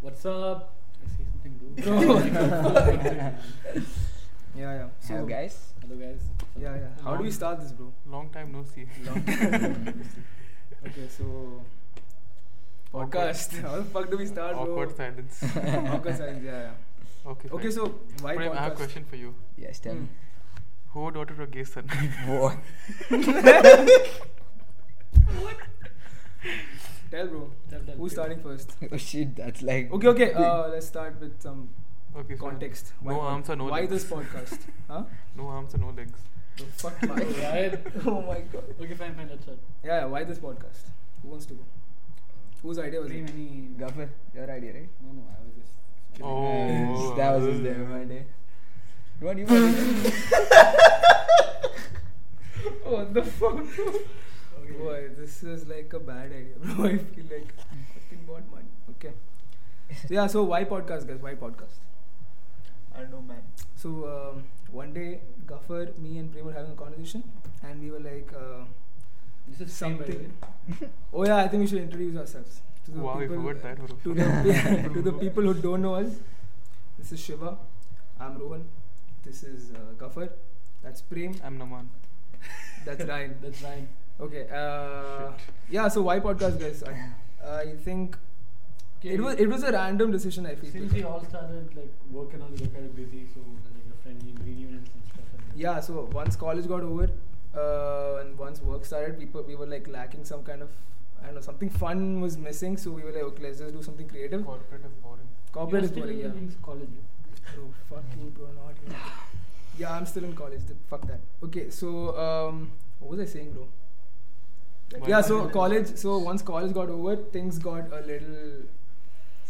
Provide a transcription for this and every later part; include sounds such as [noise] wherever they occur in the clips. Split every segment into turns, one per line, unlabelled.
What's up? I say something rude.
[laughs] Yeah, yeah. So
Hello guys.
Hello guys.
Yeah, yeah. How do we start this, bro?
Long time no see.
Long Okay, so podcast. How the fuck do we start, bro?
Awkward silence.
Awkward silence. Yeah,
Okay.
yeah. Okay,
fine.
so why
Prem, I have a
podcast?
question for you.
yes, tell me.
Who daughter or gay son?
What?
Tell, bro.
Tell, tell,
Who's
tell.
starting first?
[laughs] oh shit, that's like.
Okay,
[laughs]
okay. Uh, let's start with some
Okay. so
context. Why
No
pod-
arms or no
Why
legs.
this podcast? Huh?
No arms and no legs.
Bro, fuck
[laughs]
my.
[laughs] Right.
[laughs] oh my god.
Okay, fine, fine. That's all.
Yeah, yeah, why this podcast? Who wants to go? Whose idea was
Very
it?
many.
Gaffer, your idea, right?
No, no, I was just. kidding.
Oh.
that was his day, my day. What
[laughs]
you want?
Oh, the fuck, bro. Boy, this is like a bad idea, bro. [laughs] I feel like fucking got money. Okay. So, yeah, so why podcast, guys? Why podcast?
I don't know, man.
So, um, one day, Gaffer, me, and Prem were having a conversation, and we were like, uh,
This is free, by the
something.
way.
Oh, yeah, I think we should introduce ourselves. To the
Wow, we
people,
forgot that, bro.
To the, [laughs]
[laughs]
to the people who don't know us, this is Shiva. I'm Rohan. This is uh, Gaffer. That's Prem.
I'm Naman.
[laughs]
[laughs]
That's Ryan.
That's Ryan.
Okay. Uh,
Shit.
yeah. So why podcast, guys? I, I think
Okay.
it was it was a random decision. I feel.
Since we all started like working on, we got kind of busy, so like a friendly reunions and stuff like that.
yeah. So once college got over, uh, and once work started, people we were like lacking some kind of I don't know something fun was missing. So we were like, okay, let's just do something creative.
Corporate is boring.
Corporate
You
is
are
boring.
still in
Yeah.
college.
Bro, fuck you, bro. Not you. Yeah, I'm still in college. dude, Fuck that. Okay. So um, what was I saying, bro?
Why
yeah.
not?
So college. So once college got over, things got a little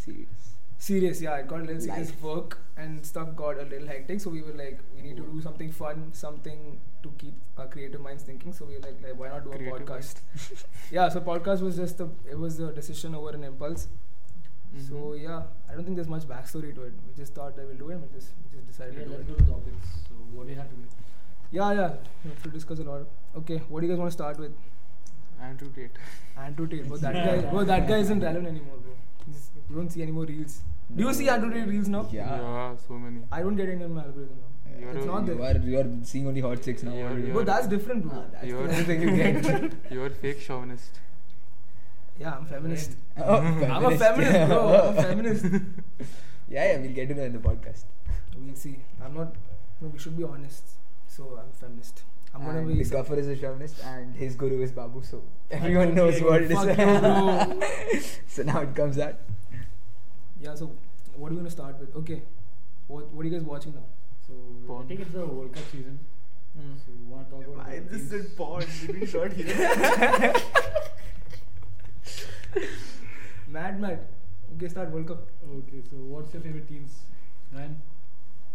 Serious.
serious yeah it got a little serious
Life.
work and stuff got a little hectic so we were like we need to do something fun something to keep our creative minds thinking so we were like, like why not do a
Creative
podcast [laughs] yeah so podcast was just the it was the decision over an impulse so
Mhm.
yeah i don't think there's much backstory to it we just thought that we'll do it and we just, we just
Yeah,
decided to do
let's
it
go to topics. So what do you have to do?
yeah yeah we have to discuss a lot okay what do you guys want to start with
Andrew Tate.
andrew tate bro that guy bro that guy isn't relevant anymore bro He's, you don't see any more reels do you see andrew tate reels now
Yeah.
so many.
i don't get any of my algorithm now
You're
It's
a-
not
you
there.
are you are seeing only hot chicks now.
You're-
what do you-
you're-
But that's different, bro.
Ah, that's
You're-
the only thing you
[laughs]
get.
[laughs]
[laughs]
You're fake chauvinist.
yeah, I'm feminist.
Oh,
[laughs] I'm a feminist, bro.
[laughs]
I'm a feminist.
yeah, yeah, we'll get to that in the podcast.
We'll see. I'm not. No, we should be honest. So I'm feminist. I'm gonna
and
be.
the gaffer is a chauvinist and his guru is Babu, so everyone knows
Okay,
what it is.
fuck you, [laughs] bro.
so now it comes out.
yeah. So what are we gonna start with? Okay. What What are you guys watching now?
So I
Porn.
think it's the World Cup season.
Hmm.
So
Hmm.
we want to talk about.
I
the teams.
just said pod. Did we shot
[laughs]
here?
Mad, mad. Okay, start World Cup.
Okay, so what's your favorite teams, Ryan?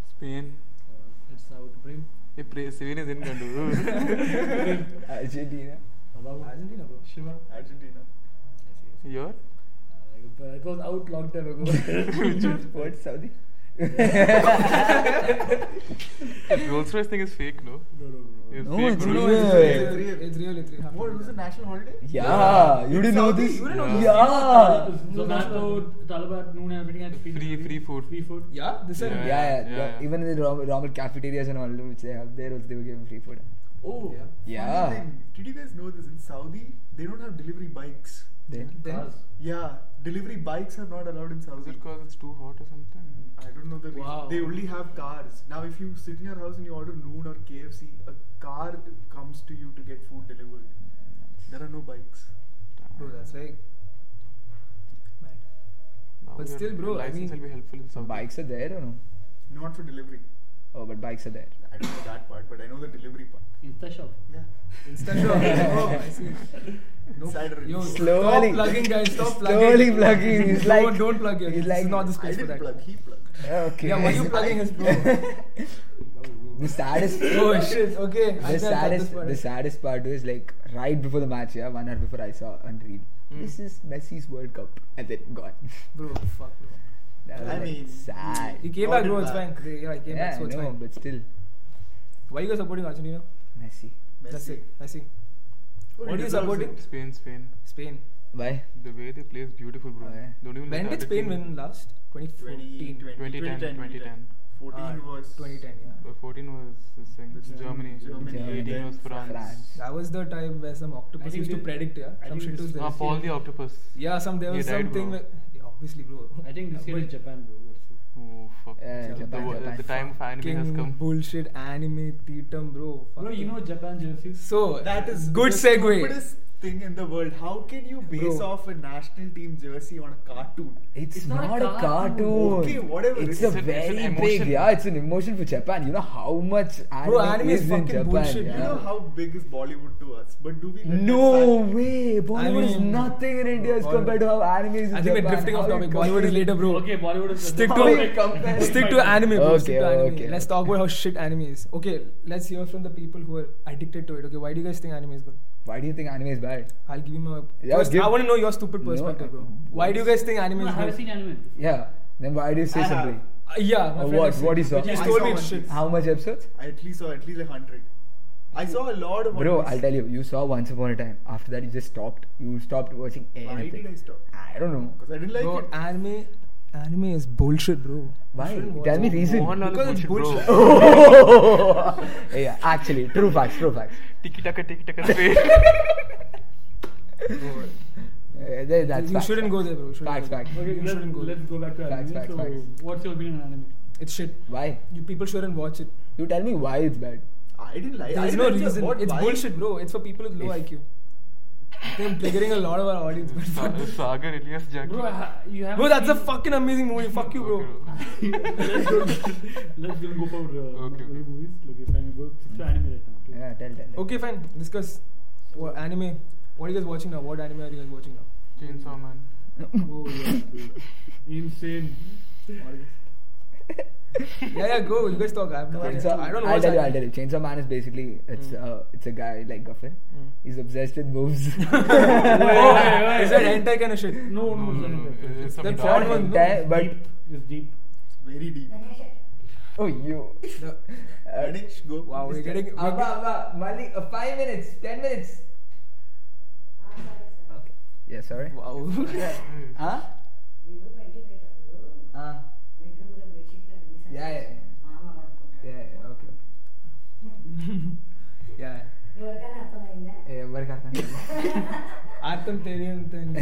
Spain.
Uh, it's out Brim.
Hey, Pre- Spain is
[laughs]
in
[laughs]
Gandu.
Ah, Argentina.
Babu.
Argentina, bro.
Shiva.
Argentina.
[laughs]
You're?
Uh, it was out long time
[laughs]
ago. [laughs]
what Saudi?
[laughs] The Rolls Royce thing is fake, no?
No, no, no.
It's
No,
fake,
it's
bro.
real.
it's
Yeah.
real. It's real. It's real.
What was the national holiday?
Yeah,
Yeah.
you didn't know
Saudi,
this.
you didn't
know
yeah.
this.
Yeah.
So Nato, Taliban, noon, everything had free.
Free- free food.
Free food.
Yeah, this
Yeah,
one.
Yeah,
yeah,
yeah, yeah.
Even in the Rom- Rommel cafeterias and all, which they have there, also they were giving free food.
Oh,
Yeah.
Yeah.
Funny thing. Did you guys know this? In Saudi, they don't have delivery bikes.
There.
Then-
Cars.
Yeah, delivery bikes are not allowed in
Is
Saudi.
it because it's too hot or something?
I don't know the reason.
Wow.
They only have cars. Now, if you sit in your house and you order noon or KFC, a car comes to you to get food delivered. There are no bikes.
Bro, that's like. Mad.
Now
But
your-
still, bro,
your
I
license
mean-
will be helpful in
So
Saudi.
bikes are there or no?
Not for delivery.
[laughs]
Oh, but bikes are there.
I don't know that part, but I know the delivery part.
Insta shop.
Yeah.
Insta shop.
[laughs]
Oh, I see.
Insider
Yo,
info.
Slowly.
Stop plugging, guys.
[laughs]
Stop plugging.
Slowly plugging. He's
don't,
like-
don't plug here.
he's
This
like-
is not the
I
space for
didn't
that.
plug. He plugged.
Okay.
Yeah,
[laughs]
why you plugging his bro?
the saddest.
[laughs] oh shit. Okay. I
the
can't cut
saddest,
this part.
the saddest part was like right before the match, yeah, one hour before I saw Unreal.
Hmm.
This is Messi's World Cup, and then gone.
Bro, fuck, bro.
That was
I
like
mean,
sad.
He came
Not
back, bro.
in
It's fine.
back.
They- Yeah, he came
yeah,
back, so it's
no,
fine.
but still,
Why you guys supporting Argentina?
Messi.
That's
Messi.
it. I see.
Oh,
What
he
are you
deserves
supporting?
it.
Spain, Spain.
Spain.
Why?
The way they play is beautiful, bro.
Oh, yeah.
Don't even
When
let
did
other
Spain
team-
win last? 2014.
2010, 2010.
14
Ah,
was
2010, yeah.
Uh, 14 was this thing.
This
Germany.
Germany,
Germany,
18
then
was France.
France.
That was the time where some octopus
think
used to
this-
predict, yeah.
I
Some
think
shit
this-
was there.
Ah, Paul the Octopus.
Yeah, some there
He
was
died,
something.
bro.
where- yeah, obviously, bro.
I think this
Yeah,
year is
but
Japan, bro. What's it?
Oh, fuck.
Yeah,
the,
Japan,
wo-
Japan.
the time of anime
fucking
has come.
Bullshit anime thetum, bro.
Bro, you
Fucking-
know Japan jerseys.
So
That is
good
the
segue.
stupidest thing in the world. How can you base
Bro.
off a national team jersey on a cartoon?
It's,
It's
not,
not a
a cartoon.
cartoon.
Okay, whatever.
It's,
It's
a
an-
it's an
very big.
emotion.
Yeah, it's an emotion for Japan. You know how much anime,
Bro, anime is
is, in
fucking
Japan.
bullshit.
Yeah.
You know how big is Bollywood to us, but do we? let that
No
fact-
way! Bollywood is
mean,
nothing in India as
Bollywood-
compared to how anime is in
I think we're
Japan.
drifting off
How
topic.
it
Bollywood is
compares-
later, bro.
Okay, Bollywood is
Stick
the
to-
Bollywood compared
[laughs] Stick to
fighting.
anime, bro. Stick
Okay,
to anime.
okay,
Let's
okay.
talk about how shit anime is. Okay, let's hear from the people who are addicted to it. Okay, why do you guys think anime is good?
Why do you think anime is bad?
I'll give you my.
Yeah,
first,
give-
I want to know your stupid
No,
perspective,
I-
bro. Why do you guys think anime
No,
is
have you
good?
seen anime?
Yeah. Then why do you say
I have.
something?
Uh, yeah, my
Or
friend
what?
has
What
seen
is
it.
up?
He
I
told
saw
me
One
it's shit.
Piece.
How much episodes?
I at least saw at least like hundred. I saw a lot of.
Bro,
One Piece.
I'll tell you. You saw Once Upon a Time. After that, you just stopped. You stopped watching anything.
Why did I stop?
I don't know.
Because I didn't like
Bro,
it.
anime, anime is bullshit, bro. You
Why?
shouldn't watch
Tell me
it.
reason.
Mohanlal
Because it's
is bullshit,
bullshit.
bro.
[laughs]
[laughs] yeah, actually, true facts, true facts.
Tiki taka, tiki taka, Spain.
Uh, that- that's
you
facts,
shouldn't go
facts.
there, bro. You shouldn't
Facts,
go there.
facts.
Okay,
You
let's,
shouldn't go
let's
there.
go back to
Facts,
anime.
facts,
so,
facts.
what's your opinion on anime?
It's shit.
Why?
You people shouldn't watch it.
You tell me why it's bad.
I didn't like. I
There's
didn't
no
enjoy-
reason.
What,
It's
why?
bullshit, bro. It's for people with low
If-
IQ. I'm triggering a lot of
[laughs]
our
[laughs]
audience. but fuck.
Sa- Sagar Ilyas Jackie.
Bro, ha- you have.
Bro, that's a fucking amazing movie. Fuck you, bro.
[laughs] let's don't let's don't go for uh,
Okay, okay.
Marvel movies. Okay, fine. Go stick to anime right now. Okay.
Yeah, tell, tell. tell.
Okay, fine. Discuss. What anime? What are you guys watching now? What anime are you guys watching now?
Chainsaw Man.
Oh yeah, dude. insane.
yeah, yeah, go. You guys talk. I have no idea.
Chainsaw,
I don't know.
I'll
what's
tell you. I'll
happening.
tell you. Chainsaw Man is basically it's
Mm.
uh, it's a guy like Guffin.
Mm.
He's obsessed with [laughs]
[laughs]
moves.
Wait, wait, wait.
Is that hentai kind of shit?
No, no,
No,
no,
no, no,
It's
it's some
deep.
That's
dark
odd one, no?
hentai, but
it's deep.
It's very deep.
oh, you. Uh,
The-
Ganesh, go.
wow, we're getting. we're
Abba, Abba, Mali, uh, five minutes, ten minutes. Okay. Yeah, sorry.
get- wow. [laughs]
Huh? Uh, yeah, yeah, yeah, yeah, okay.
yeah.
Yeah, work after.
Artham Terian
[laughs]
then.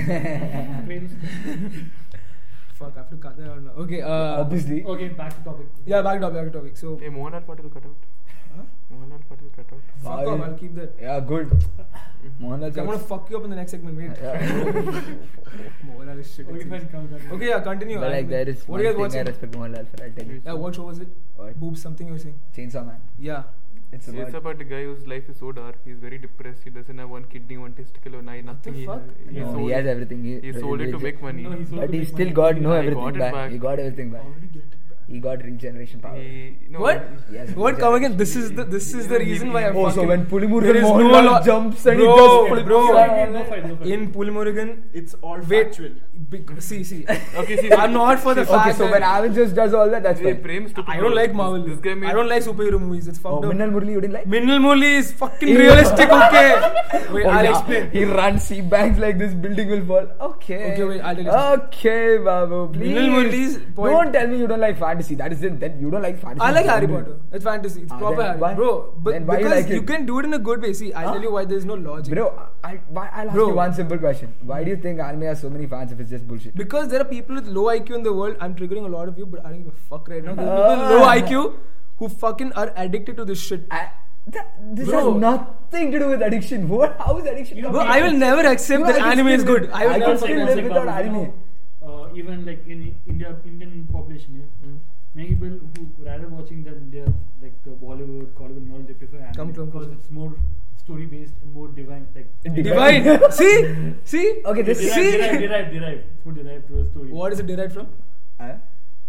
Fuck, I have to cut that out now. Okay. Uh,
Obviously.
Okay, back to topic.
Yeah, back to topic. Back to topic. So.
Hey, Mohanlal Patel cut out.
Huh?
Mohanlal Patel cut out.
Fuck off, I'll keep that.
Yeah, good. Mohanlal
I'm gonna
Jokes.
fuck you up in the next segment. Wait.
Yeah.
[laughs] Moral is shit.
Okay, fine. Come, come.
Okay, yeah, continue.
But like
Anime.
there is
What
one
are you guys
thing I
watching?
respect Mohanlal for. I'll tell you.
Yeah, what show was it?
What?
Boob, something you were saying.
Chainsaw Man.
Yeah.
It's
So
about.
it's about a guy whose life is so dark. He's very depressed. He doesn't have one kidney, one testicle, or nine,
What the
nothing.
fuck?
He,
No,
sold
he has
it.
everything. He-
He sold it to make money.
No, he sold
But
it to
he
make
still
money.
got no
I
everything
got it
back.
back.
He got everything back.
Already get it back.
He got regeneration power.
He- no,
What?
he-
Yes,
What?
yes,
Come
yes.
again? This is the this is the
He-
reason why I.
Oh, so
fucking-
when Pulimurgan
There is
Mohanlal
lo-
jumps and he
bro,
does flips
bro.
around. No fight, no fight.
In Pulimurgan,
It's all
wait.
factual.
Big, see, see.
Okay,
[laughs]
see,
I'm not for the
Okay,
fact
so when
that
Avengers does all that, that's
Hey,
fine.
Prem's stupid
I don't
bro.
like
This-
Marvel.
This guy made
I don't like superhero movies. It's
Oh,
fucked up.
Minnal Murli, you didn't like?
Minnal Murli is fucking [laughs]
Yeah.
realistic. Okay. Wait,
Oh,
I'll
yeah.
explain.
He runs, he bangs like this building will fall. Okay.
Okay, wait, I'll tell you something.
Okay, Babu, please.
Minnal Murli's point-
Don't tell me you don't like fantasy. That is it. Then you don't like fantasy.
I like Harry
Don't do it.
Potter. It's fantasy. It's
Ah,
proper
then
Harry
why-
Potter. Bro, but
then why you
because
like it?
can do it in a good way. See, I'll
Huh?
tell you why there's no logic.
Bro, I, I- why, I'll ask
Bro.
you one simple question. Why do you think anime has so many fans if it's just bullshit?
Because there are people with low IQ in the world. I'm triggering a lot of you, but I don't give a fuck right now. There's
Ah.
people with low IQ who fucking are addicted to this shit.
I, th- this
Bro.
has nothing to do with addiction. [laughs] What? How is addiction?
You know,
Bro,
coming?
I will never accept
You
that
know, I can
anime is
still
good.
live-
I will
I
never
can
accept
still
that.
live without anime.
Uh, even like in India, Indian population here,
Hmm.
many people who rather watching than their like the Bollywood, Hollywood, and all they prefer anime
Come, come,
because
come.
it's more story based and more divine. Like
Divine. [laughs]
[laughs]
Divine. see, see.
Okay, this-
derived,
see.
derived, derived, derived. It's more derived to a story.
What is it derived from?
Huh?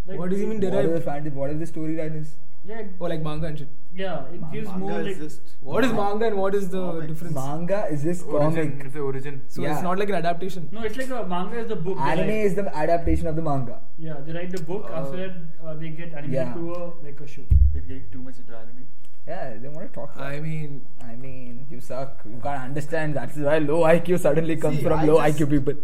Like,
what does he mean
it-
What
Derived.
are the fan- What are the storyline is?
Yeah,
Or Oh, like manga and shit.
yeah. It gives
Manga
more
is
like
just-
What is
Ma-
manga and what is the
Comics.
difference?
Manga is just
origin.
comic.
It's the origin.
so it's
Yeah.
not like an adaptation.
no. It's like a manga is the book. they
Anime
write-
is the adaptation of the manga.
yeah. They write the book
Uh,
after that uh, they get animated
yeah.
to a like a show.
We're getting too much into anime.
Yeah, they want to talk. about
I
it.
mean,
I mean, you suck. You can't understand. That's why low IQ suddenly comes
See,
from
I
low
just-
IQ people.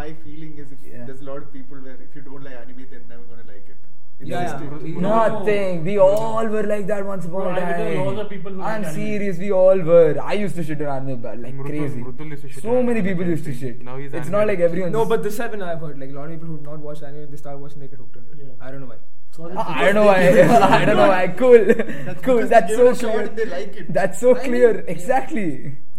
My feeling is if
Yeah.
there's a lot of people where if you don't like anime, they're never gonna like it. It's
Yeah,
just-
yeah.
it-
No,
Nothing. We
No.
all were like that once upon
No,
a
I
time.
mean, there are all the people who
I'm
like anime.
serious. We all were. I used to shit on anime but like
Mrutul-
crazy.
Mrutul used to shit
so
on
many
anime
people
like
used to
crazy.
shit.
Now he's
It's
animated.
not like everyone.
no, but this happened. I've heard like a lot of people who've not watched anime and they start watching, they get hooked on it.
Yeah.
I don't know why.
So
Ah,
that's-
I
[laughs]
don't know why. [laughs] I don't know why. Cool, [laughs]
That's
cool.
because
That's
they
so
give it a shot
clear.
and they like it.
That's so
I mean,
clear.
yeah.
Exactly.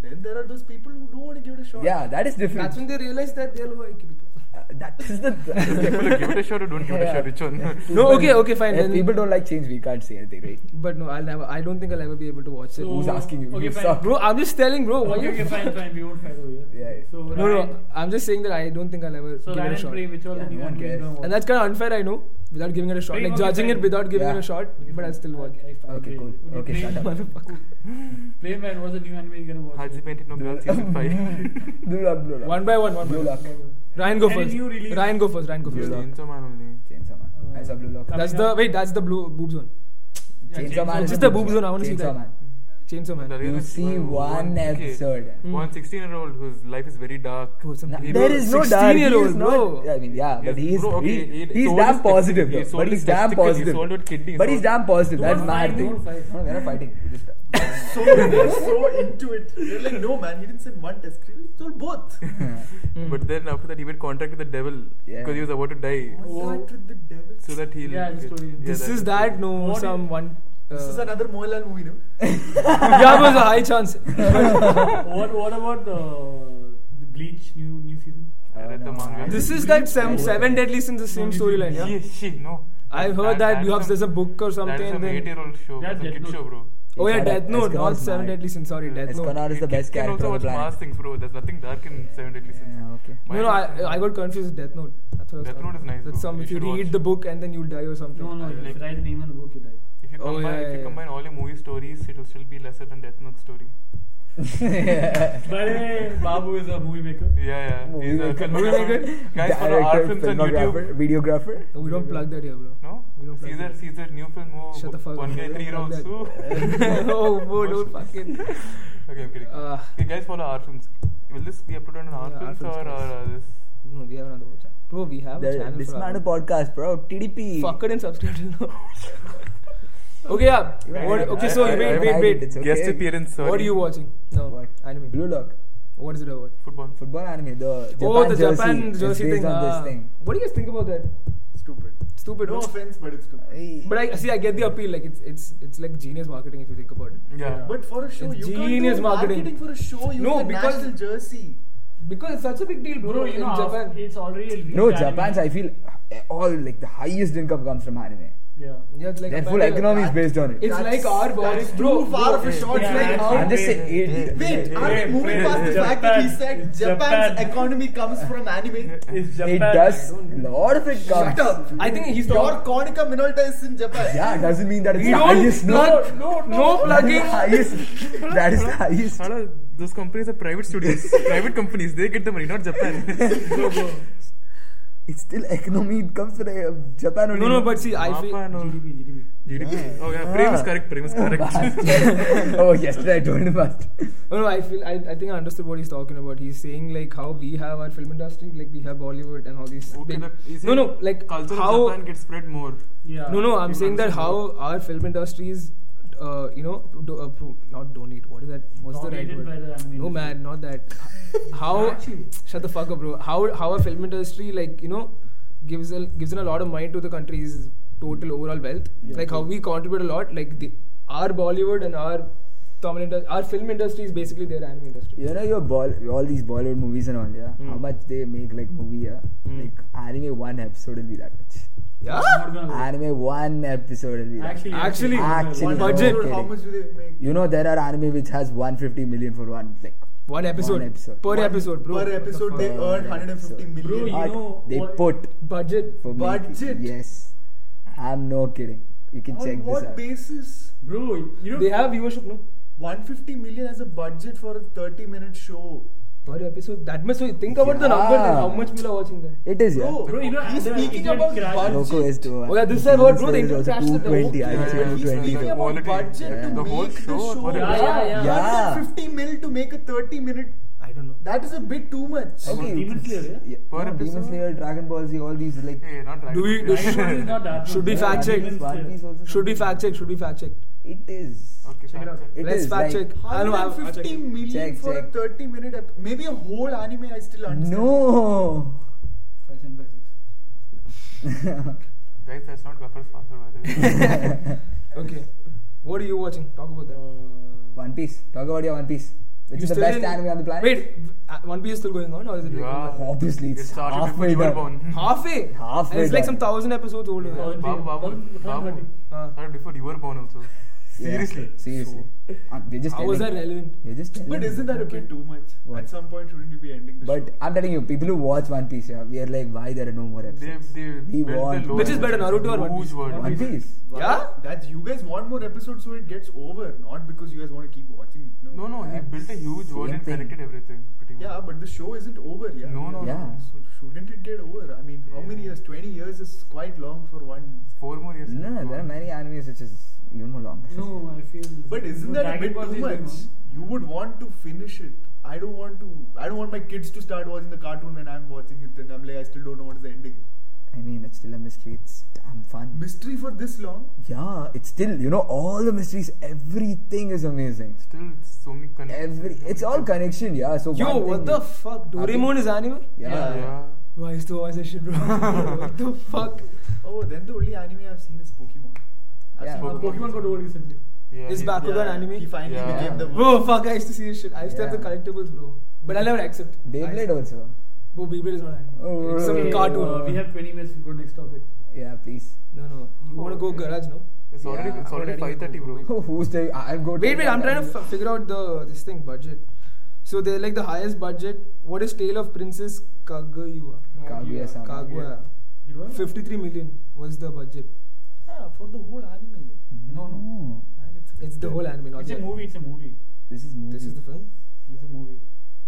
Then there are those people who don't want to give it a shot.
Yeah, that is different.
That's when they realize that they're low IQ people.
Uh, that is the.
[laughs] People give it a
[laughs]
shot or don't give it a
Yeah.
shot. Which one?
No, okay, okay, fine.
If
then-
people don't like change, we can't say anything, right?
But no, I'll never. I don't think I'll ever be able to watch it.
So-
Who's asking you?
Okay,
you
fine.
suck.
Bro, I'm just telling, bro. why
Okay,
you-
okay, fine, fine. We won't fight over here.
Yeah, yeah.
So
No,
Ryan,
no. I'm just saying that I don't think I'll ever
so
give
Ryan
it a
and
shot.
Prem, which all
Yeah,
the new
no one
one
cares.
And that's kind of unfair, I know. Without giving it a shot,
Prem,
like
okay,
judging it
fine.
without giving
Yeah.
it a shot, but I still watch.
Okay, cool. Okay, shut up.
[laughs] Motherfucker.
Prem, man, what's the new anime you're gonna watch?
Haji Painted No Girl
[laughs]
[laughs]
season [laughs] 5.
Do luck, do luck.
One by one, one by
Do
one.
luck.
Ryan go
And a
first.
new release.
Ryan go first. Ryan go
Blue
first.
Lock.
Chainsaw Man only.
Chainsaw Man. I saw Blue Lock.
Coming
That's
up.
the wait. That's the blue boob zone.
Yeah,
Chainsaw Man.
Just
is
the
good
boobs
show.
one, I wanna see that.
Chainsaw Man.
Chainsaw
The
Man.
You
reason-
see one
okay.
episode.
Mm.
One 16 year old whose life is very dark.
Bro, some
No,
people-
there is no
16
dark.
year
He
old,
is
bro.
Not, I mean, yeah, but
Yes,
he is.
bro, okay,
he-
he
he's
sold
damn
his
positive.
testicle- he
though.
sold
but he's
his
damn
testicle, he
positive.
sold his kidney, he
But he's
sold-
damn positive.
Don't
That's my
fight,
thing.
don't fight.
No, they're not
[laughs]
fighting. We just-
So they're so into it. They're like, no man, he didn't send one test screen. He told both.
Mm.
But then after that, he made contract with the devil
Yeah.
because he was about to die.
What's
Oh.
that with the devil?
So that he'll.
Yeah, the story.
Yeah,
This
that's
is
the
that.
story.
No,
What
some
is-
one.
this is
uh,
another Mohanlal movie, no?
[laughs]
yeah, was a high
[laughs]
chance.
what What about the, the Bleach new new season?
I read the
no,
manga.
I-
this is that some
I-
seven deadly
[laughs]
sins the same storyline.
Yeah.
Yeah.
she, no.
I've heard that you have- there's a book or something
That's some
then-
8 year old show.
Yeah,
That's a
Death
kid
Note.
show, bro.
Oh yeah,
Escanor-
Death Note,
Escanor's
not seven
mad.
deadly sins. Sorry, Death Note.
Escanor is the
You
best
can
character
also
on
watch
the planet.
mass things, bro. There's nothing dark in Seven Deadly Sins.
Yeah, okay.
No, no, I, I got confused with Death Note. That's what I was
Death
talking
Note is
about.
nice,
That's
bro.
some,
You
if you
should
read
watch.
the book and then you'll die or something.
No, no.
I
If
like-
you write the name of the book, you die.
If you
Oh,
combine,
yeah,
if
yeah,
you combine all your movie stories, it'll still be lesser than Death Note story.
By the way, Babu is a movie maker.
Yeah, yeah. He's a
Movie
filmographer.
maker,
Guys, follow
director,
our films on
filmographer,
YouTube.
videographer.
No, we don't plug that here, bro.
No?
We don't plug
Caesar,
that.
Caesar, new film. Oh,
Shut the fuck
one
up.
guy, three
Don't [laughs]
rounds.
plug
Ooh.
that. oh, bro, don't fucking.
Okay, I'm kidding.
Ah.
okay, guys, follow our films. Will this be uploaded on our
Yeah, our
films
films,
or,
guys.
or uh, this?
No, we have another channel. Bro, we have a
The
channel. for our-
Dismantle podcast, bro. TDP.
Fuck it and subscribe till
[laughs]
now. okay, yeah. What, okay, so
I- I-
wait,
I-
wait, wait.
It's okay.
Guest appearance. Sorry.
What are you watching? No,
What?
anime.
Blue Lock.
What is it about?
Football.
Football anime. The Japan
oh, the
jersey.
Japan
is
jersey
based
thing.
on
ah.
this thing.
What do you guys think about that?
Stupid.
Stupid.
No
no?
offense, but it's stupid.
But I see. I get the appeal. Like it's it's it's like genius marketing if you think about it.
Yeah.
But for a show,
It's
you can't
genius
do
marketing.
marketing for a show. You
No,
no,
because-
national jersey.
Because it's such a big deal, bro.
Bro, you
in
know,
Japan.
it's already a
No,
rich anime.
Japan's. I feel uh, all like the highest income comes from anime.
Yeah.
yeah, it's like
Their
apparently
full
like-
economy is based on it.
It's
That's-
like our body,
that's
bro.
too far
bro,
of a shot. It's
Yeah.
like
Yeah.
our
I'm just saying.
Wait,
it-
Wait,
it-
are we
Wait,
moving
wait,
past the
wait.
fact that he
Japan.
said Japan's
Japan.
economy comes from anime?
It's Japan.
It does. A lot of it comes.
Shut up.
I think he's
Your
talking-
Konica Minolta is in Japan.
Yeah, doesn't mean that it's
We
the
don't
highest.
plug.
No,
No, plugging.
That is the highest. That is the highest.
Hello, those companies are private
[laughs]
studios, private companies. They get the money, not Japan.
It's still economy. It comes from uh, Japan only.
No, no. But see, I feel.
Japan or
GDP, GDP.
GDP. Oh yeah, Prem is correct. Prem is
[laughs]
correct.
oh, yesterday I told him that.
No, no, I feel I, I think I understood what he's talking about. He's saying like how we have our film industry, like we have Bollywood and all these.
Okay,
big-
the, you see,
no, no, like
culture
how
in Japan gets spread more.
Yeah.
no, no. I'm
You
saying that
understand
how our film industry is, uh, you know, do, uh, pro, not donate. What is that? What's
Dominated
the right
by
word?
the anime
no,
industry.
man, not that.
[laughs]
how?
Actually.
shut the fuck up, bro. How how our film industry like you know gives a, gives in a lot of money to the country's total overall wealth.
Yeah,
like how
true.
we contribute a lot. Like the, our Bollywood and our Tamil industry, our film industry is basically their anime industry.
You know your ball, all these Bollywood movies and all, yeah.
Mm.
How much they make like movie, yeah.
Mm.
Like anime one episode will be that much.
Yeah.
Not gonna lie.
Anime one episode will be that.
Actually,
much.
Actually,
Actually,
One
no
budget.
episode, How
kidding.
much do they make?
You know there are anime which has 150 million for one like.
One episode.
One episode.
Per
One-
episode, bro. What
per
the
episode,
fuck?
they
fuck?
earn 150
So-
million.
Bro, you
But
know
they
what-
put
Budget.
for
Budget.
making. Yes, I'm no kidding. You can check
On
this
what
out.
basis?
Bro, you know
They have viewership, no?
150 million as a budget for a 30 minute show.
per episode. That much. So think about the number. Then
Yeah.
how much people are watching that?
It is, yeah.
Bro, bro, you know,
He's
they're
speaking
speaking
about
about
budget.
Loco is
budget.
too
Oh yeah, this is what bro. They
This is
even
also
crashed the
220,
whole-
I would say
Yeah, he's
220.
speaking about
Quality.
budget
Yeah.
to
The
make
whole show, what
the
it
show.
is.
Yeah, yeah,
Yeah.
yeah.
That's 50 mil to make a 30 minute.
I don't know.
That is a bit too much.
Okay,
Demon
it's-
Slayer, yeah?
yeah,
Per
no, Demon
episode?
Slayer, Dragon Ball Z, all these like.
Hey, not Dragon
Do we-
Ball.
do-
Dragon Ball
[laughs]
is not that
Should
much.
we fact check?
Demon Slayer.
One Piece also
Should we
something.
fact check? Should we fact check?
It is.
Okay,
Check it out.
fact check.
It
Let's
is,
fact
like-
check. I don't know. I'll- I'll check
150
it.
million
Check,
for
check.
a 30 minute. Ep- maybe a whole anime I still understand.
No. [laughs]
Five seven five six.
Guys, that's not Gaffar's father, by
[laughs]
the way.
Okay. What are you watching? Talk about
Uh,
that.
One Piece. Talk about your One Piece. It's
You
the
still
best
in-
anime on the planet.
Wait, uh, One Piece is still going on, or is it like
Yeah.
Obviously,
It
it's
started
halfway
before you were
done. [laughs]
born.
halfway?
Halfway
And it's like
done.
some thousand episodes older.
Thousand.
Babu, Babu,
Babu,
Babu.
Uh,
Started before you were born also.
Yeah,
Seriously.
seriously. Uh, we're just
How is that
telling-
relevant?
We're just telling
But
you.
isn't that a bit too much?
What?
At some point, shouldn't you be ending the
But
show?
I'm telling you, people who watch One Piece, yeah, we are like, why there are no more
They,
episodes?
they
We
built
want
the
more
lore.
Which is better, Naruto or One
Huge
Piece?
world.
One Piece.
Wow,
Yeah?
That's you guys want more episodes so it gets over, not because you guys want to keep watching it.
No, no, he
That's
built a huge world
same
and
thing.
connected everything. Pretty much.
Yeah, but the show isn't over. Yeah.
No, no,
Yeah. no.
So shouldn't it get over? I mean, how many years? Twenty years is quite long for one.
Four more years.
No, no, there are many animes which is even more long.
No, I feel.
But
No,
isn't that a
Dragon
bit
Ball
too
Z is
much?
going
You would want to finish it. I don't want to. I don't want my kids to start watching the cartoon when I'm watching it. Then I'm like, I still don't know what's the ending.
I mean, it's still a mystery. It's damn fun.
Mystery for this long.
yeah, it's still you know all the mysteries. Everything is amazing.
Still, so many connections.
Every it's all connection. Yeah. So
Yo,
one thing
what the
is-
fuck?
I think-
Doraemon is anime?
Yeah.
Yeah.
Yeah.
Why is the voice that shit, bro? [laughs] what the fuck?
Oh, then the only anime I've seen is Pokemon. I've
Yeah.
seen
on.
Pokemon.
Uh,
Pokemon.
Pokemon got over recently.
Yeah,
Is
he-
back- Bakugan
yeah,
anime?
He finally
Yeah.
became the
Bro,
worst.
fuck, I used to see this shit. I used to have the
Yeah.
collectibles, bro. But I'll never accept.
Beyblade
I-
also.
Bro, Beyblade is not anime.
Oh,
it's some
okay,
cartoon.
Uh, we have 20 minutes to go next topic.
Yeah, please.
No, no. You wanna go
Okay.
garage, no?
It's already,
Yeah.
it's already
Already Oh,
5.30
[laughs]
bro.
Who- [laughs] Who's the? I- I'll go.
Wait, wait. I'm trying to f- figure out the this thing budget. So they're like the highest budget. What is Tale of Princess Kaguya?
Kaguya-sama.
Kaguya.
You know?
53 million was the budget.
Yeah, for the whole anime.
No, no.
Hmm.
Man, it's,
It's the whole anime, not
It's a
the-
movie. It's a movie.
This is movie.
This is the film.
It's a movie.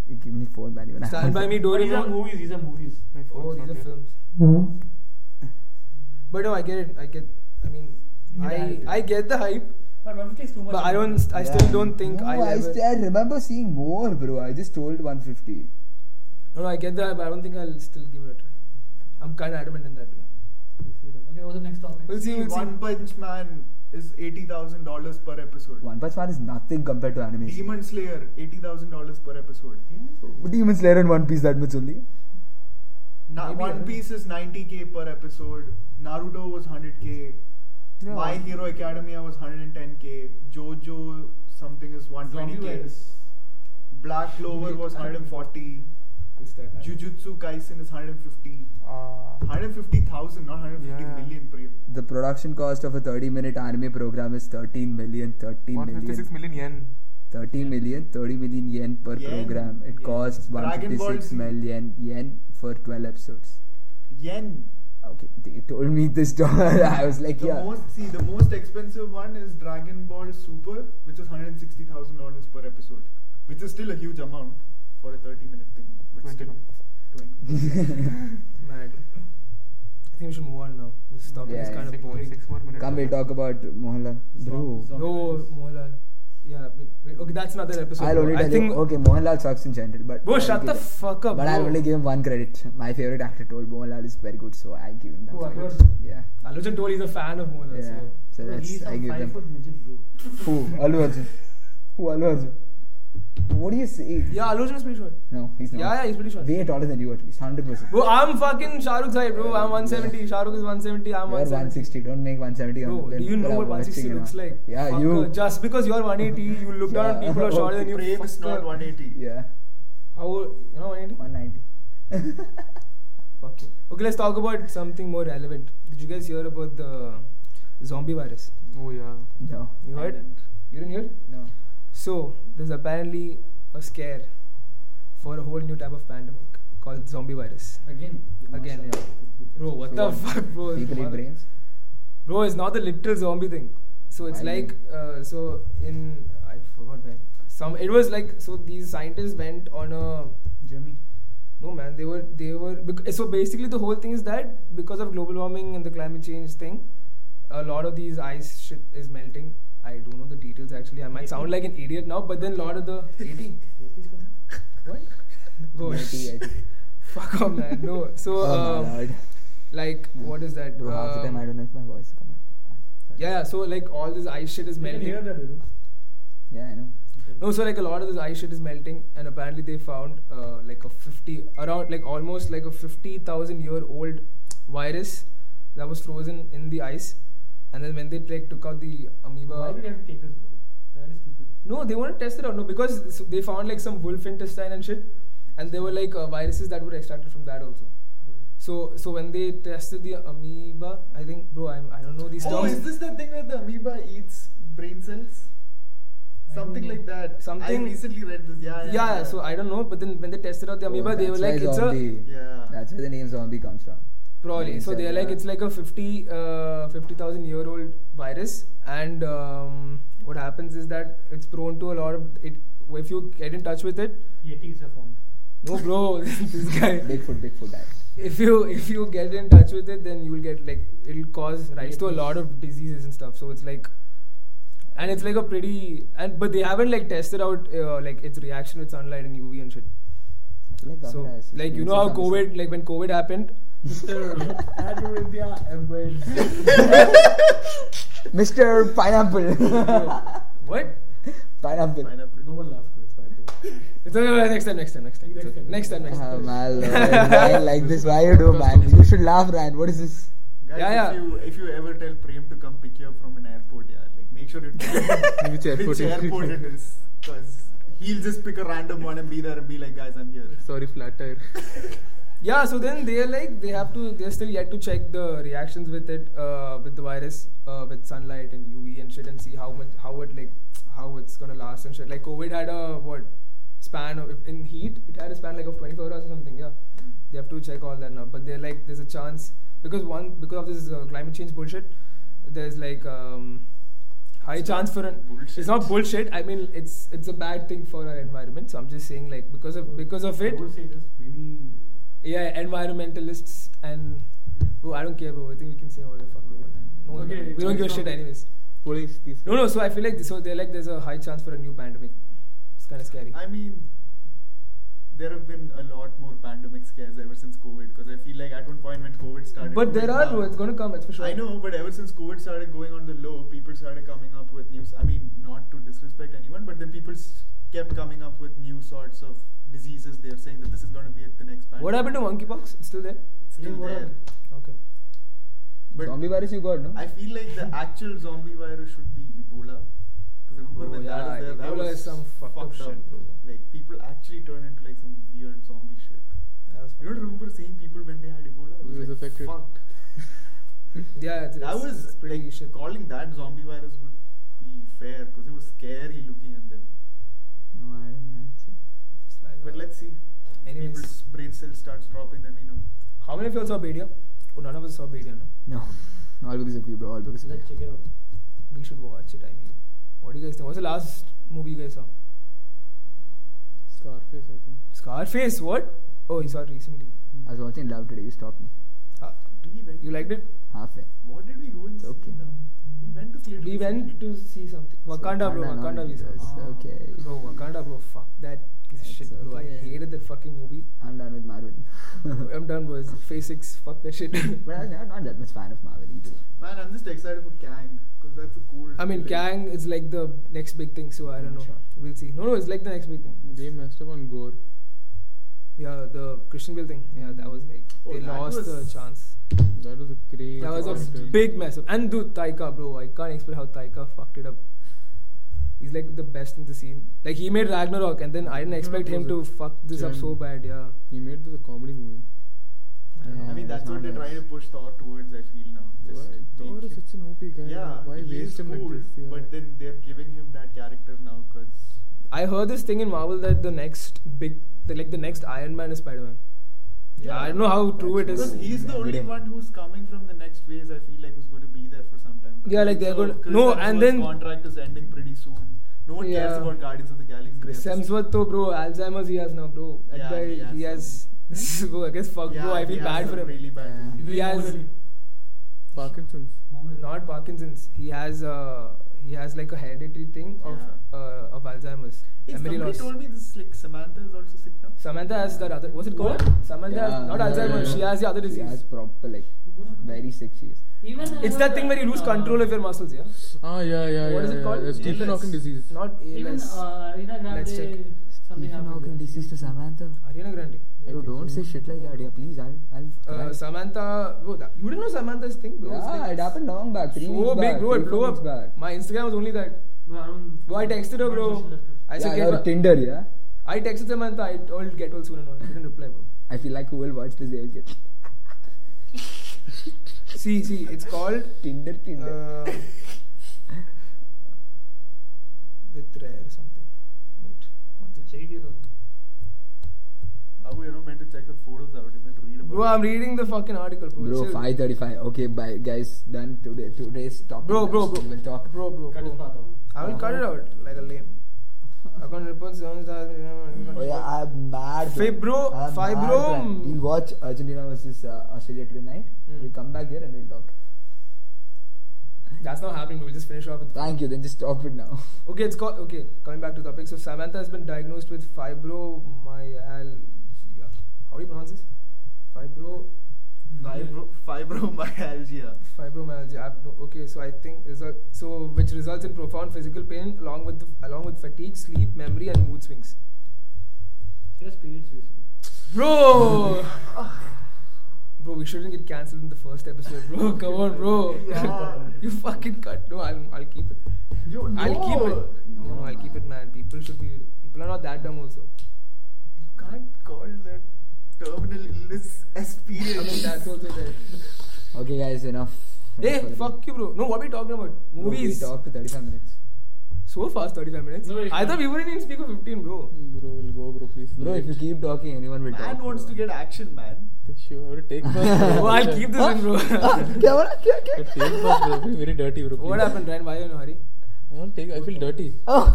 You give me phone, man. Even I
Stand
want
by
it.
me,
But these are
Doraemon.
movies. These are movies.
My
Oh,
phone's
these
not
are
here.
films.
Hmm?
But no, I get it. I get. I mean,
You get
I
it.
I get the hype,
But one takes too much.
but I don't. I still
Yeah.
don't think
no,
I'll
I,
ever.
st- I remember seeing more, bro. I just told 150.
No, no, I get the hype. but I don't think I'll still give it a try. I'm kind of adamant in that way.
Okay, what's the next topic?
We'll see. We'll see.
One Punch Man is eighty thousand dollars per episode.
One Punch Man is nothing compared to anime.
Demon Slayer eighty thousand dollars per episode.
Demon Slayer and One Piece that much only.
Na-
Maybe,
One
yeah.
Piece is ninety k per episode. Naruto was hundred k.
Yeah.
My Hero Academia was hundred and ten k. JoJo something is one twenty k.
Zombievers.
Black Clover
Wait,
was
I-
hundred and forty.
It's that.
Jujutsu Kaisen is hundred and fifty.
Ah.
Hundred fifty thousand, not hundred fifty
Yeah.
million. Pre-
The production cost of a 30 minute anime program is 13 million, 13
156
million,
million yen.
30 million, 30 million yen per
Yen.
program. It
Yen.
costs
Dragon Ball
156
Z.
million yen for 12 episodes.
yen.
Okay, they told me this. [laughs] dollar. I was like,
The
yeah.
most see the
[laughs]
most expensive one is Dragon Ball Super, which is hundred and sixty thousand dollars per episode, which is still a huge amount for a thirty minute thing. But still,
21.
20.
[laughs] Mad. I think we should move on now. This topic
Yeah,
is kind of
six,
boring.
six more minutes.
Come, we'll talk about Mohanlal. Bro,
Zom-
No, Mohanlal. Yeah, wait, wait, okay, that's another episode.
I'll
bro.
only
I
tell
think.
you. Okay, Mohanlal sucks in general, but
Bro,
I'll
shut
give
the
it.
fuck up.
But I'll
bro.
only give him one credit. My favorite actor told Mohanlal is very good, so I give him that.
Who,
credit.
Agarwal?
Yeah,
Alochan told he's a fan of Mohanlal.
yeah.
So.
So
Bro,
that's
he's
I
a
give
five
them.
foot midget, bro.
Who? Allu Arjun. Who? Allu Arjun. What do you say?
Yeah, Alochan is pretty short.
No, he's not.
Yeah, yeah, he's pretty short.
Way taller than you at least, hundred percent.
Bro, I'm fucking Shahrukh side, bro. I'm 170. Shahruk is 170. I'm
You're 160. Don't make 170. on
Bro,
the-
do you know
people
what
are
160
watching
looks
now.
like?
Yeah,
Fucker,
you.
Just because you're
[laughs]
180, you look down at
Yeah.
people who are [laughs] shorter than you.
Oh, Prem is not
fucker.
one eighty.
Yeah,
How old? You know 180?
190.
Fuck you. Okay, let's talk about something more relevant. Did you guys hear about the zombie virus?
Oh, yeah.
[laughs] No,
You heard? You didn't hear?
no.
So, there's apparently a scare for a whole new type of pandemic called zombie virus.
Again.
Again, yeah. Bro, what the fuck, bro?
People eat brains.
Bro, it's not the literal zombie thing. So it's
I
like uh, so in I forgot where some it was like so these scientists went on a
Germany.
No man, they were they were bec- so basically the whole thing is that because of global warming and the climate change thing, a lot of these ice shit is melting. I don't know the details actually. I might sound like an idiot now, but then a lot of the eighty what? Go ahead.
Ninety, I think.
Fuck off, man. No. [laughs] So
Oh, my
um,
lord.
like what is that?
Bro, half the time I
Um,
don't know if my voice is coming. Sorry.
Yeah, yeah, so like all this ice shit is
You can
melting.
hear that, you know.
Yeah, I know.
No, so like uh, a lot of this ice shit is melting, and apparently they found uh, like a fifty around like almost like a fifty thousand year old virus that was frozen in the ice, and then when they like took out the amoeba.
Why do you have to take this, bro? That is stupid.
No, they want to test it out. No, because s- they found like some wolf intestine and shit, and there were like uh, viruses that were extracted from that also. So, so when they tested the amoeba, I think, bro, I'm, I don't know these
Oh,
terms.
is this the thing where the amoeba eats brain cells?
I
Something
don't
like
know.
that.
Something-
I recently read this. Yeah, yeah.
yeah, so I don't know. But then when they tested out the amoeba,
Oh,
they were
that's
like,
why
it's a
zombie-
Yeah.
That's where the name zombie
[laughs]
comes from.
Probably.
Brain
So they're
cells,
like,
yeah.
it's like a 50, uh, 50,000 year old virus. And um, what happens is that it's prone to a lot of it. If you get in touch with it,
Yetis are formed.
no, bro, [laughs] this guy.
Bigfoot, Bigfoot guy.
If you if you get in touch with it, then you'll get like it'll cause rise to a lot of diseases and stuff. So it's like, and it's like a pretty and but they haven't like tested out uh, like its reaction with sunlight and UV and shit.
I feel like
So
Gandhi has
like you know how COVID
experienced something.
like when COVID happened,
[laughs]
Mr. Adorabia Embrace.
Mr.
[laughs]
Pineapple.
what?
Pineapple.
Pineapple.
No one laughs, bro. It's fine, bro.
It's okay, next time, next time, next time.
Next
It's okay.
time.
Next time, next time.
Ah,
[laughs]
[laughs]
my lord. Why like this? Why you do, man? You should laugh, Rand. What is this?
Guys,
Yeah, yeah.
if you if you ever tell Prem to come pick you up from an airport, yeah, like make sure you tell
[laughs]
him
Which airport
which
it is.
airport it is, because he'll just pick a random one and be there and be like, guys, I'm here.
Sorry,
[laughs]
flat tire.
Yeah, so then they're like they have to they're still yet to check the reactions with it uh, with the virus uh, with sunlight and UV and shit and see how much how it like how it's gonna last and shit. Like COVID had a what span of in heat it had a span like of 24 hours or something. Yeah,
Mm.
they have to check all that now. But they're like there's a chance because one because of this uh, climate change bullshit. There's like um, high
It's
chance
not
for an
bullshit.
it's not bullshit. I mean it's it's a bad thing for our environment. So I'm just saying like because of because of it.
I would say this many.
Yeah, environmentalists and bro, I don't care, bro. I think we can say whatever the fuck we want. No, one-
Okay,
we don't give a
it's
shit,
not-
anyways.
Police, these.
No, no. So I feel like so they're like there's a high chance for a new pandemic. It's kind of scary.
I mean, there have been a lot more pandemic scares ever since COVID. Because I feel like at one point when COVID started,
but
going
there are, bro.
down-
It's gonna come. That's for sure.
I know, but ever since COVID started going on the low, people started coming up with news. I mean, not to disrespect anyone, but then people s- kept coming up with new sorts of diseases. They're saying that this is going to be the next pandemic.
What happened to monkeypox? It's still there.
It's Still
Yeah, what
there.
happened?
Okay.
But
Zombie virus you got, no?
I feel like the actual zombie virus should be Ebola. 'Cause remember
Bro,
when
Oh,
that
yeah,
was there, that
Ebola
was
is some fucked up shit, bro.
Like people actually turn into like some weird zombie shit.
That was
You don't
fucked up.
remember seeing people when they had Ebola? It was,
It was
like,
affected.
[laughs]
fucked.
Yeah, it's,
That
it's,
was
it's pretty
like
shit.
calling that zombie virus would be fair because it was scary looking at them.
[laughs] No, I don't know.
It's like,
But
uh,
let's see.
Anyways.
People's brain cell starts dropping, then we know.
How many of you all saw Bedia? Oh, none of us saw Bedia. No.
No. No, all because of you, bro. All because of
Let's check
you.
it out.
We should watch it. I mean, what do you guys think? What's the last movie you guys saw?
Scarface, I think.
Scarface. What? Oh, he saw it recently.
I was watching Love today. You stopped me.
Ha-
We went
You liked it?
Halfway.
What did we go and
It's
see
okay.
now? We went to theater.
We went to see something. Wakanda, bro.
Wakanda, no,
Wakanda, we saw.
it's
Ah.
okay.
Bro, Wakanda, bro. Fuck that piece of
It's
shit, bro. I
okay.
hated that fucking movie.
I'm done with Marvel.
[laughs] I'm done, bro. It's Phase 6. Fuck that shit. [laughs]
But I'm not- not that much fan of Marvel either.
Man, I'm just excited for Kang because that's a cool.
I mean, Kang
villain.
is like the next big thing, so I don't know.
Sure.
We'll see. No, no, it's like the next big thing.
They messed up on gore.
Yeah, the Christian Bale thing. Yeah, that was like.
Oh,
they
that
lost
was-
the chance.
That was a great.
That was a
Controversial.
big mess up. And dude, Taika, bro, I can't explain how Taika fucked it up. He's like the best in the scene. Like he made Ragnarok, and then I didn't
Ragnarok
expect him to
was a
fuck this up
gem.
so bad. Yeah.
He made this a comedy movie.
I don't
Yeah,
I mean,
it
that's
was
what
not
they're
nice.
trying to push Thor towards. I feel now. Just
Why? Thor
make
is
him-
such an OP guy.
Yeah,
Why
he
waste
is
him
cool,
like this? Yeah.
But then they're giving him that character now because
I heard this thing in Marvel that the next big, the, like the next Iron Man is Spider Man.
Yeah.
I don't know how true it
That's
is.
because he's the
Yeah,
only
wouldn't.
one who's coming from the next phase. I feel like who's going to be there for some time.
Yeah, like they're
So,
gonna-
'cause
no,
that
and
first
then-
contract is ending pretty soon, No one cares
Yeah.
about Guardians of the Galaxy.
Chris
They're just-
Hemsworth, though, bro, Alzheimer's he has now, bro. That
Yeah,
guy,
he has
he has. [laughs] bro, I guess fuck,
yeah,
bro. I
he
feel
has
bad for
some
him.
Really bad.
Yeah.
disease.
He has-
Parkinson's.
Not Parkinson's. He has uh, he has like a hereditary thing of
Yeah.
uh, of Alzheimer's. Memory
Hey, somebody
loss.
told me this like Samantha is also sick now.
Samantha has that other. What's it called?
What?
Samantha
Yeah,
has not
yeah,
Alzheimer's.
yeah,
She
yeah.
has the other
She
disease.
has proper like very sick she is.
Even
it's that thing where you lose
Uh,
control of your muscles. Yeah.
Ah, yeah, yeah.
What
yeah,
is it
yeah.
called?
Uh, Stephen
ALS.
Hawking disease.
Not
Even
ALS.
uh, Arena Grande
Let's check.
something happened. to her.
to Samantha.
Ariana Grande.
Bro, don't say shit like that, yeah. Please, I'll. I'll
Uh,
cry.
Samantha, bro, that, you didn't know Samantha's thing, bro. It's
yeah,
like
it happened long back. Three
So big,
weeks back,
bro.
three,
It blew
four
up.
weeks Back.
My Instagram was only that.
But I don't-
Bro, I texted her,
not
bro.
much left.
I said,
yeah,
get
you're
well.
Tinder, yeah.
I texted Samantha. I told get well soon and all. She didn't reply, bro.
I feel like who will watch this? They will get
See, see, it's called
Tinder, Tinder.
uh, with rare something. Wait, one
You
second.
check it out.
Are we ever meant to check her photos out? You're meant to read about.
Bro,
it.
I'm reading the fucking article, bro.
bro,
Chill.
five thirty-five. Okay, bye, guys. Done today. Today's topic.
Bro, bro,
That's-
bro.
We'll talk.
Bro,
[laughs]
bro,
Cut his
bro.
path out.
I will cut it out like a lame. I can't report seven stars. you know, you can't-
Oh, yeah, I'm mad. bro.
Fibro-
I'm mad,
fibro-
man. We'll watch Argentina versus uh, Australia today night.
Mm.
We'll come back here and we'll talk.
That's not happening, bro. We just finish off with
Thank you. Then just stop it now.
Okay, it's called. Okay, coming back to the topic. So Samantha has been diagnosed with fibromyalgia. How do you pronounce this? Fibro
Fibro- [laughs] fibromyalgia.
fibromyalgia. I've no, okay, so I think is a, so which results in profound physical pain along with the, along with fatigue, sleep, memory, and mood swings.
She has periods basically.
Bro, bro, we shouldn't get cancelled in the first episode, bro. Come on, bro.
Yeah.
[laughs] you fucking cut. No, I'll I'll keep it.
Yo, no.
I'll keep it.
No,
No, no, I'll keep it, man. People should be. People are not that dumb, also.
You can't call that terminal illness [laughs] as
I mean,
period.
that's also there.
Okay, guys. Enough.
Hey,
Enough for the
fuck
day.
you, bro. No, what are we talking about?
Bro,
Movies.
We talked for thirty-five minutes.
So fast, 35 minutes.
No, it's
I
not.
thought we wouldn't even speak for 15,
[laughs]
bro.
Bro, we'll go, bro. Please.
Bro, if you
[laughs]
keep talking, anyone will talk.
Man wants to
bro.
get action, man.
Sure, I will
[laughs]
take first.
Oh, I'll keep this in, bro.
[laughs]
Ah, [laughs] क्या बोला? क्या- क्या-
I take first, bro. Feel very dirty, bro.
what
please.
happened, Ryan? Oh. Why are you in a hurry?
I don't take. I feel dirty. I,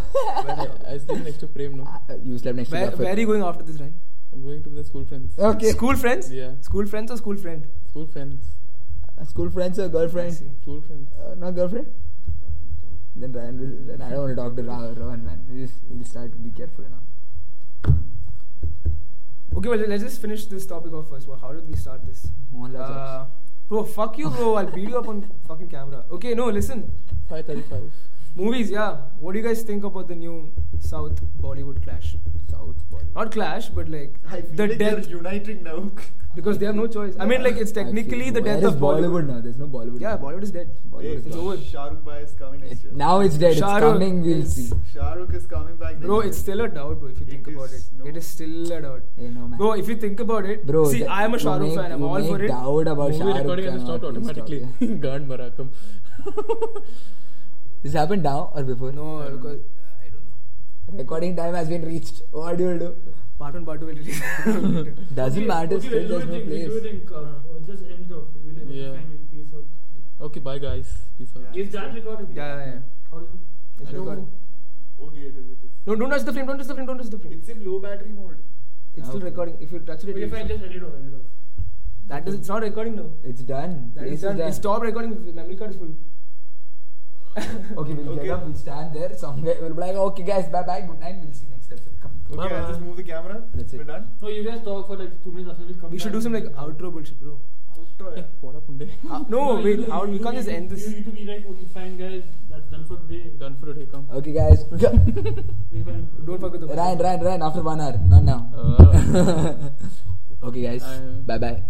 I sleep next to Prem now.
Oh. Uh, You slept next
Where,
to
where are you going after this, Ryan?
I'm going to the school friends.
Okay.
School friends?
Yeah.
School friends or school friend?
School friends.
Uh, School friends or
I see.
girlfriend?
School friends.
Uh, not girlfriend? Then Ryan will. Then I don't want to talk to Ra- Rohan, man. He'll, he'll start to be careful now.
Okay, well, let's just finish this topic off first. Well, how did we start this?
Mohanlal
Uh,
socks.
bro, fuck you, bro. I'll beat you up on fucking camera. Okay, no, listen.
5:35.
Movies, yeah. What do you guys think about the new South Bollywood clash?
South body.
Not clash, but like
I feel
the
like
death.
they're uniting now.
[laughs] Because they have no choice. I mean, like,
[laughs]
it's technically the death of Bollywood.
now. There's no Bollywood.
Yeah,
now.
Bollywood is dead.
Hey,
Bollywood is
It's
gone.
over.
Shah Rukh Bhai is coming next year.
Now it's dead.
Shah
it's
Rukh
coming. We'll
is-
see.
Shah Rukh is coming back. next
Bro,
year.
it's still a doubt, bro, if you
It
think about it.
is no-
It is still a doubt.
Hey, no man.
Bro, if you think about it,
Bro,
see,
the-
I am a
you
Shah Rukh
make-
fan. I'm
you
all
make
for it.
Doubt about Shah
Movie
Rukh
recording has
cannot
stopped
be stopped,
automatically.
yeah.
[laughs] God, Marakam.
This happened now or before?
No, because I don't know.
Recording time has been reached. What do you do?
Part one, part two will release.
[laughs]
Doesn't
Okay,
matter.
okay,
Still,
we'll do a
there's no
thing,
place.
We'll do a thing, uh, or just end it off. We'll have
Yeah.
yeah. final piece out.
Okay, bye guys. Peace out.
Is that recorded?
Yeah, yeah, yeah.
How do you know?
It's
I don't
recorded.
Okay, it is. It is.
No, don't touch the frame. Don't touch the frame. Don't touch the frame.
It's in low battery mode.
It's still
Okay.
recording. If you touch it, it
Okay, fine,
will-
just end it off, end it off.
that is. It's not recording now.
It's done.
That
Place
is
is
done. It stopped recording. The memory card is full.
Okay, we'll
Okay.
get up. We'll stand there somewhere. We'll be like, okay, guys, bye bye. Good night. We'll see you next episode. Come.
Okay, I'll just move the camera.
That's it.
We're done.
No, you guys talk for like two minutes after we come
We should
back.
do some like outro bullshit, bro.
Outro. yeah.
What happened?
Uh, no,
you
wait.
do-
How
you
we
do-
can't just
you-
end this.
You need to be like, okay, fine, guys, that's done for today.
[laughs] Done for today. Come.
Okay, guys. [laughs]
We can-
Don't fuck with the.
Ryan, Ryan, Ryan. After one hour, not now.
Oh.
[laughs] okay, guys.
I-
bye bye.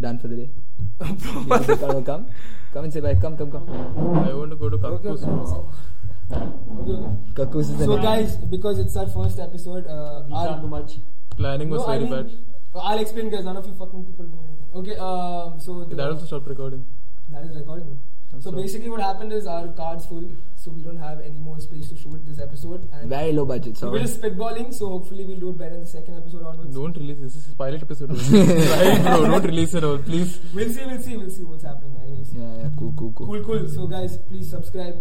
Done for
[laughs]
the day. come, come, come and say bye. Come, come, come.
I want to go to Kaktus.
okay. Okay.
Kakus is the
So
name.
guys, because it's our first episode, uh,
We
our-
can't do much.
Planning was
No, I
very
mean- uh,
bad.
I'll explain, guys. None of you fucking people know anything. Okay, um, so the-
That also stopped recording.
that is recording. bro.
I'm
So
sorry.
basically, what happened is our cards full, so we don't have any more space to shoot this episode, and
Very low
we
budget. So
were just spitballing. So hopefully, we'll do it better in the second episode onwards.
Don't release this. This is pilot episode. [laughs] right, bro. Don't release it all, please.
We'll see. We'll see. We'll see what's happening. Anyways,
yeah, yeah, cool, cool, cool.
cool, cool. So guys, please subscribe.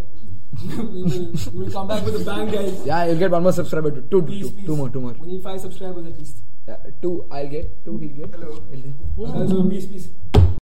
[laughs] we will we will come back with a bang, guys.
Yeah, you'll get one more subscriber. Two, two,
Please,
two,
please.
two more, two more.
We need five subscribers at least.
Yeah, two, I'll get. Two, he'll get.
Hello.
He'll get.
Uh, so please, please.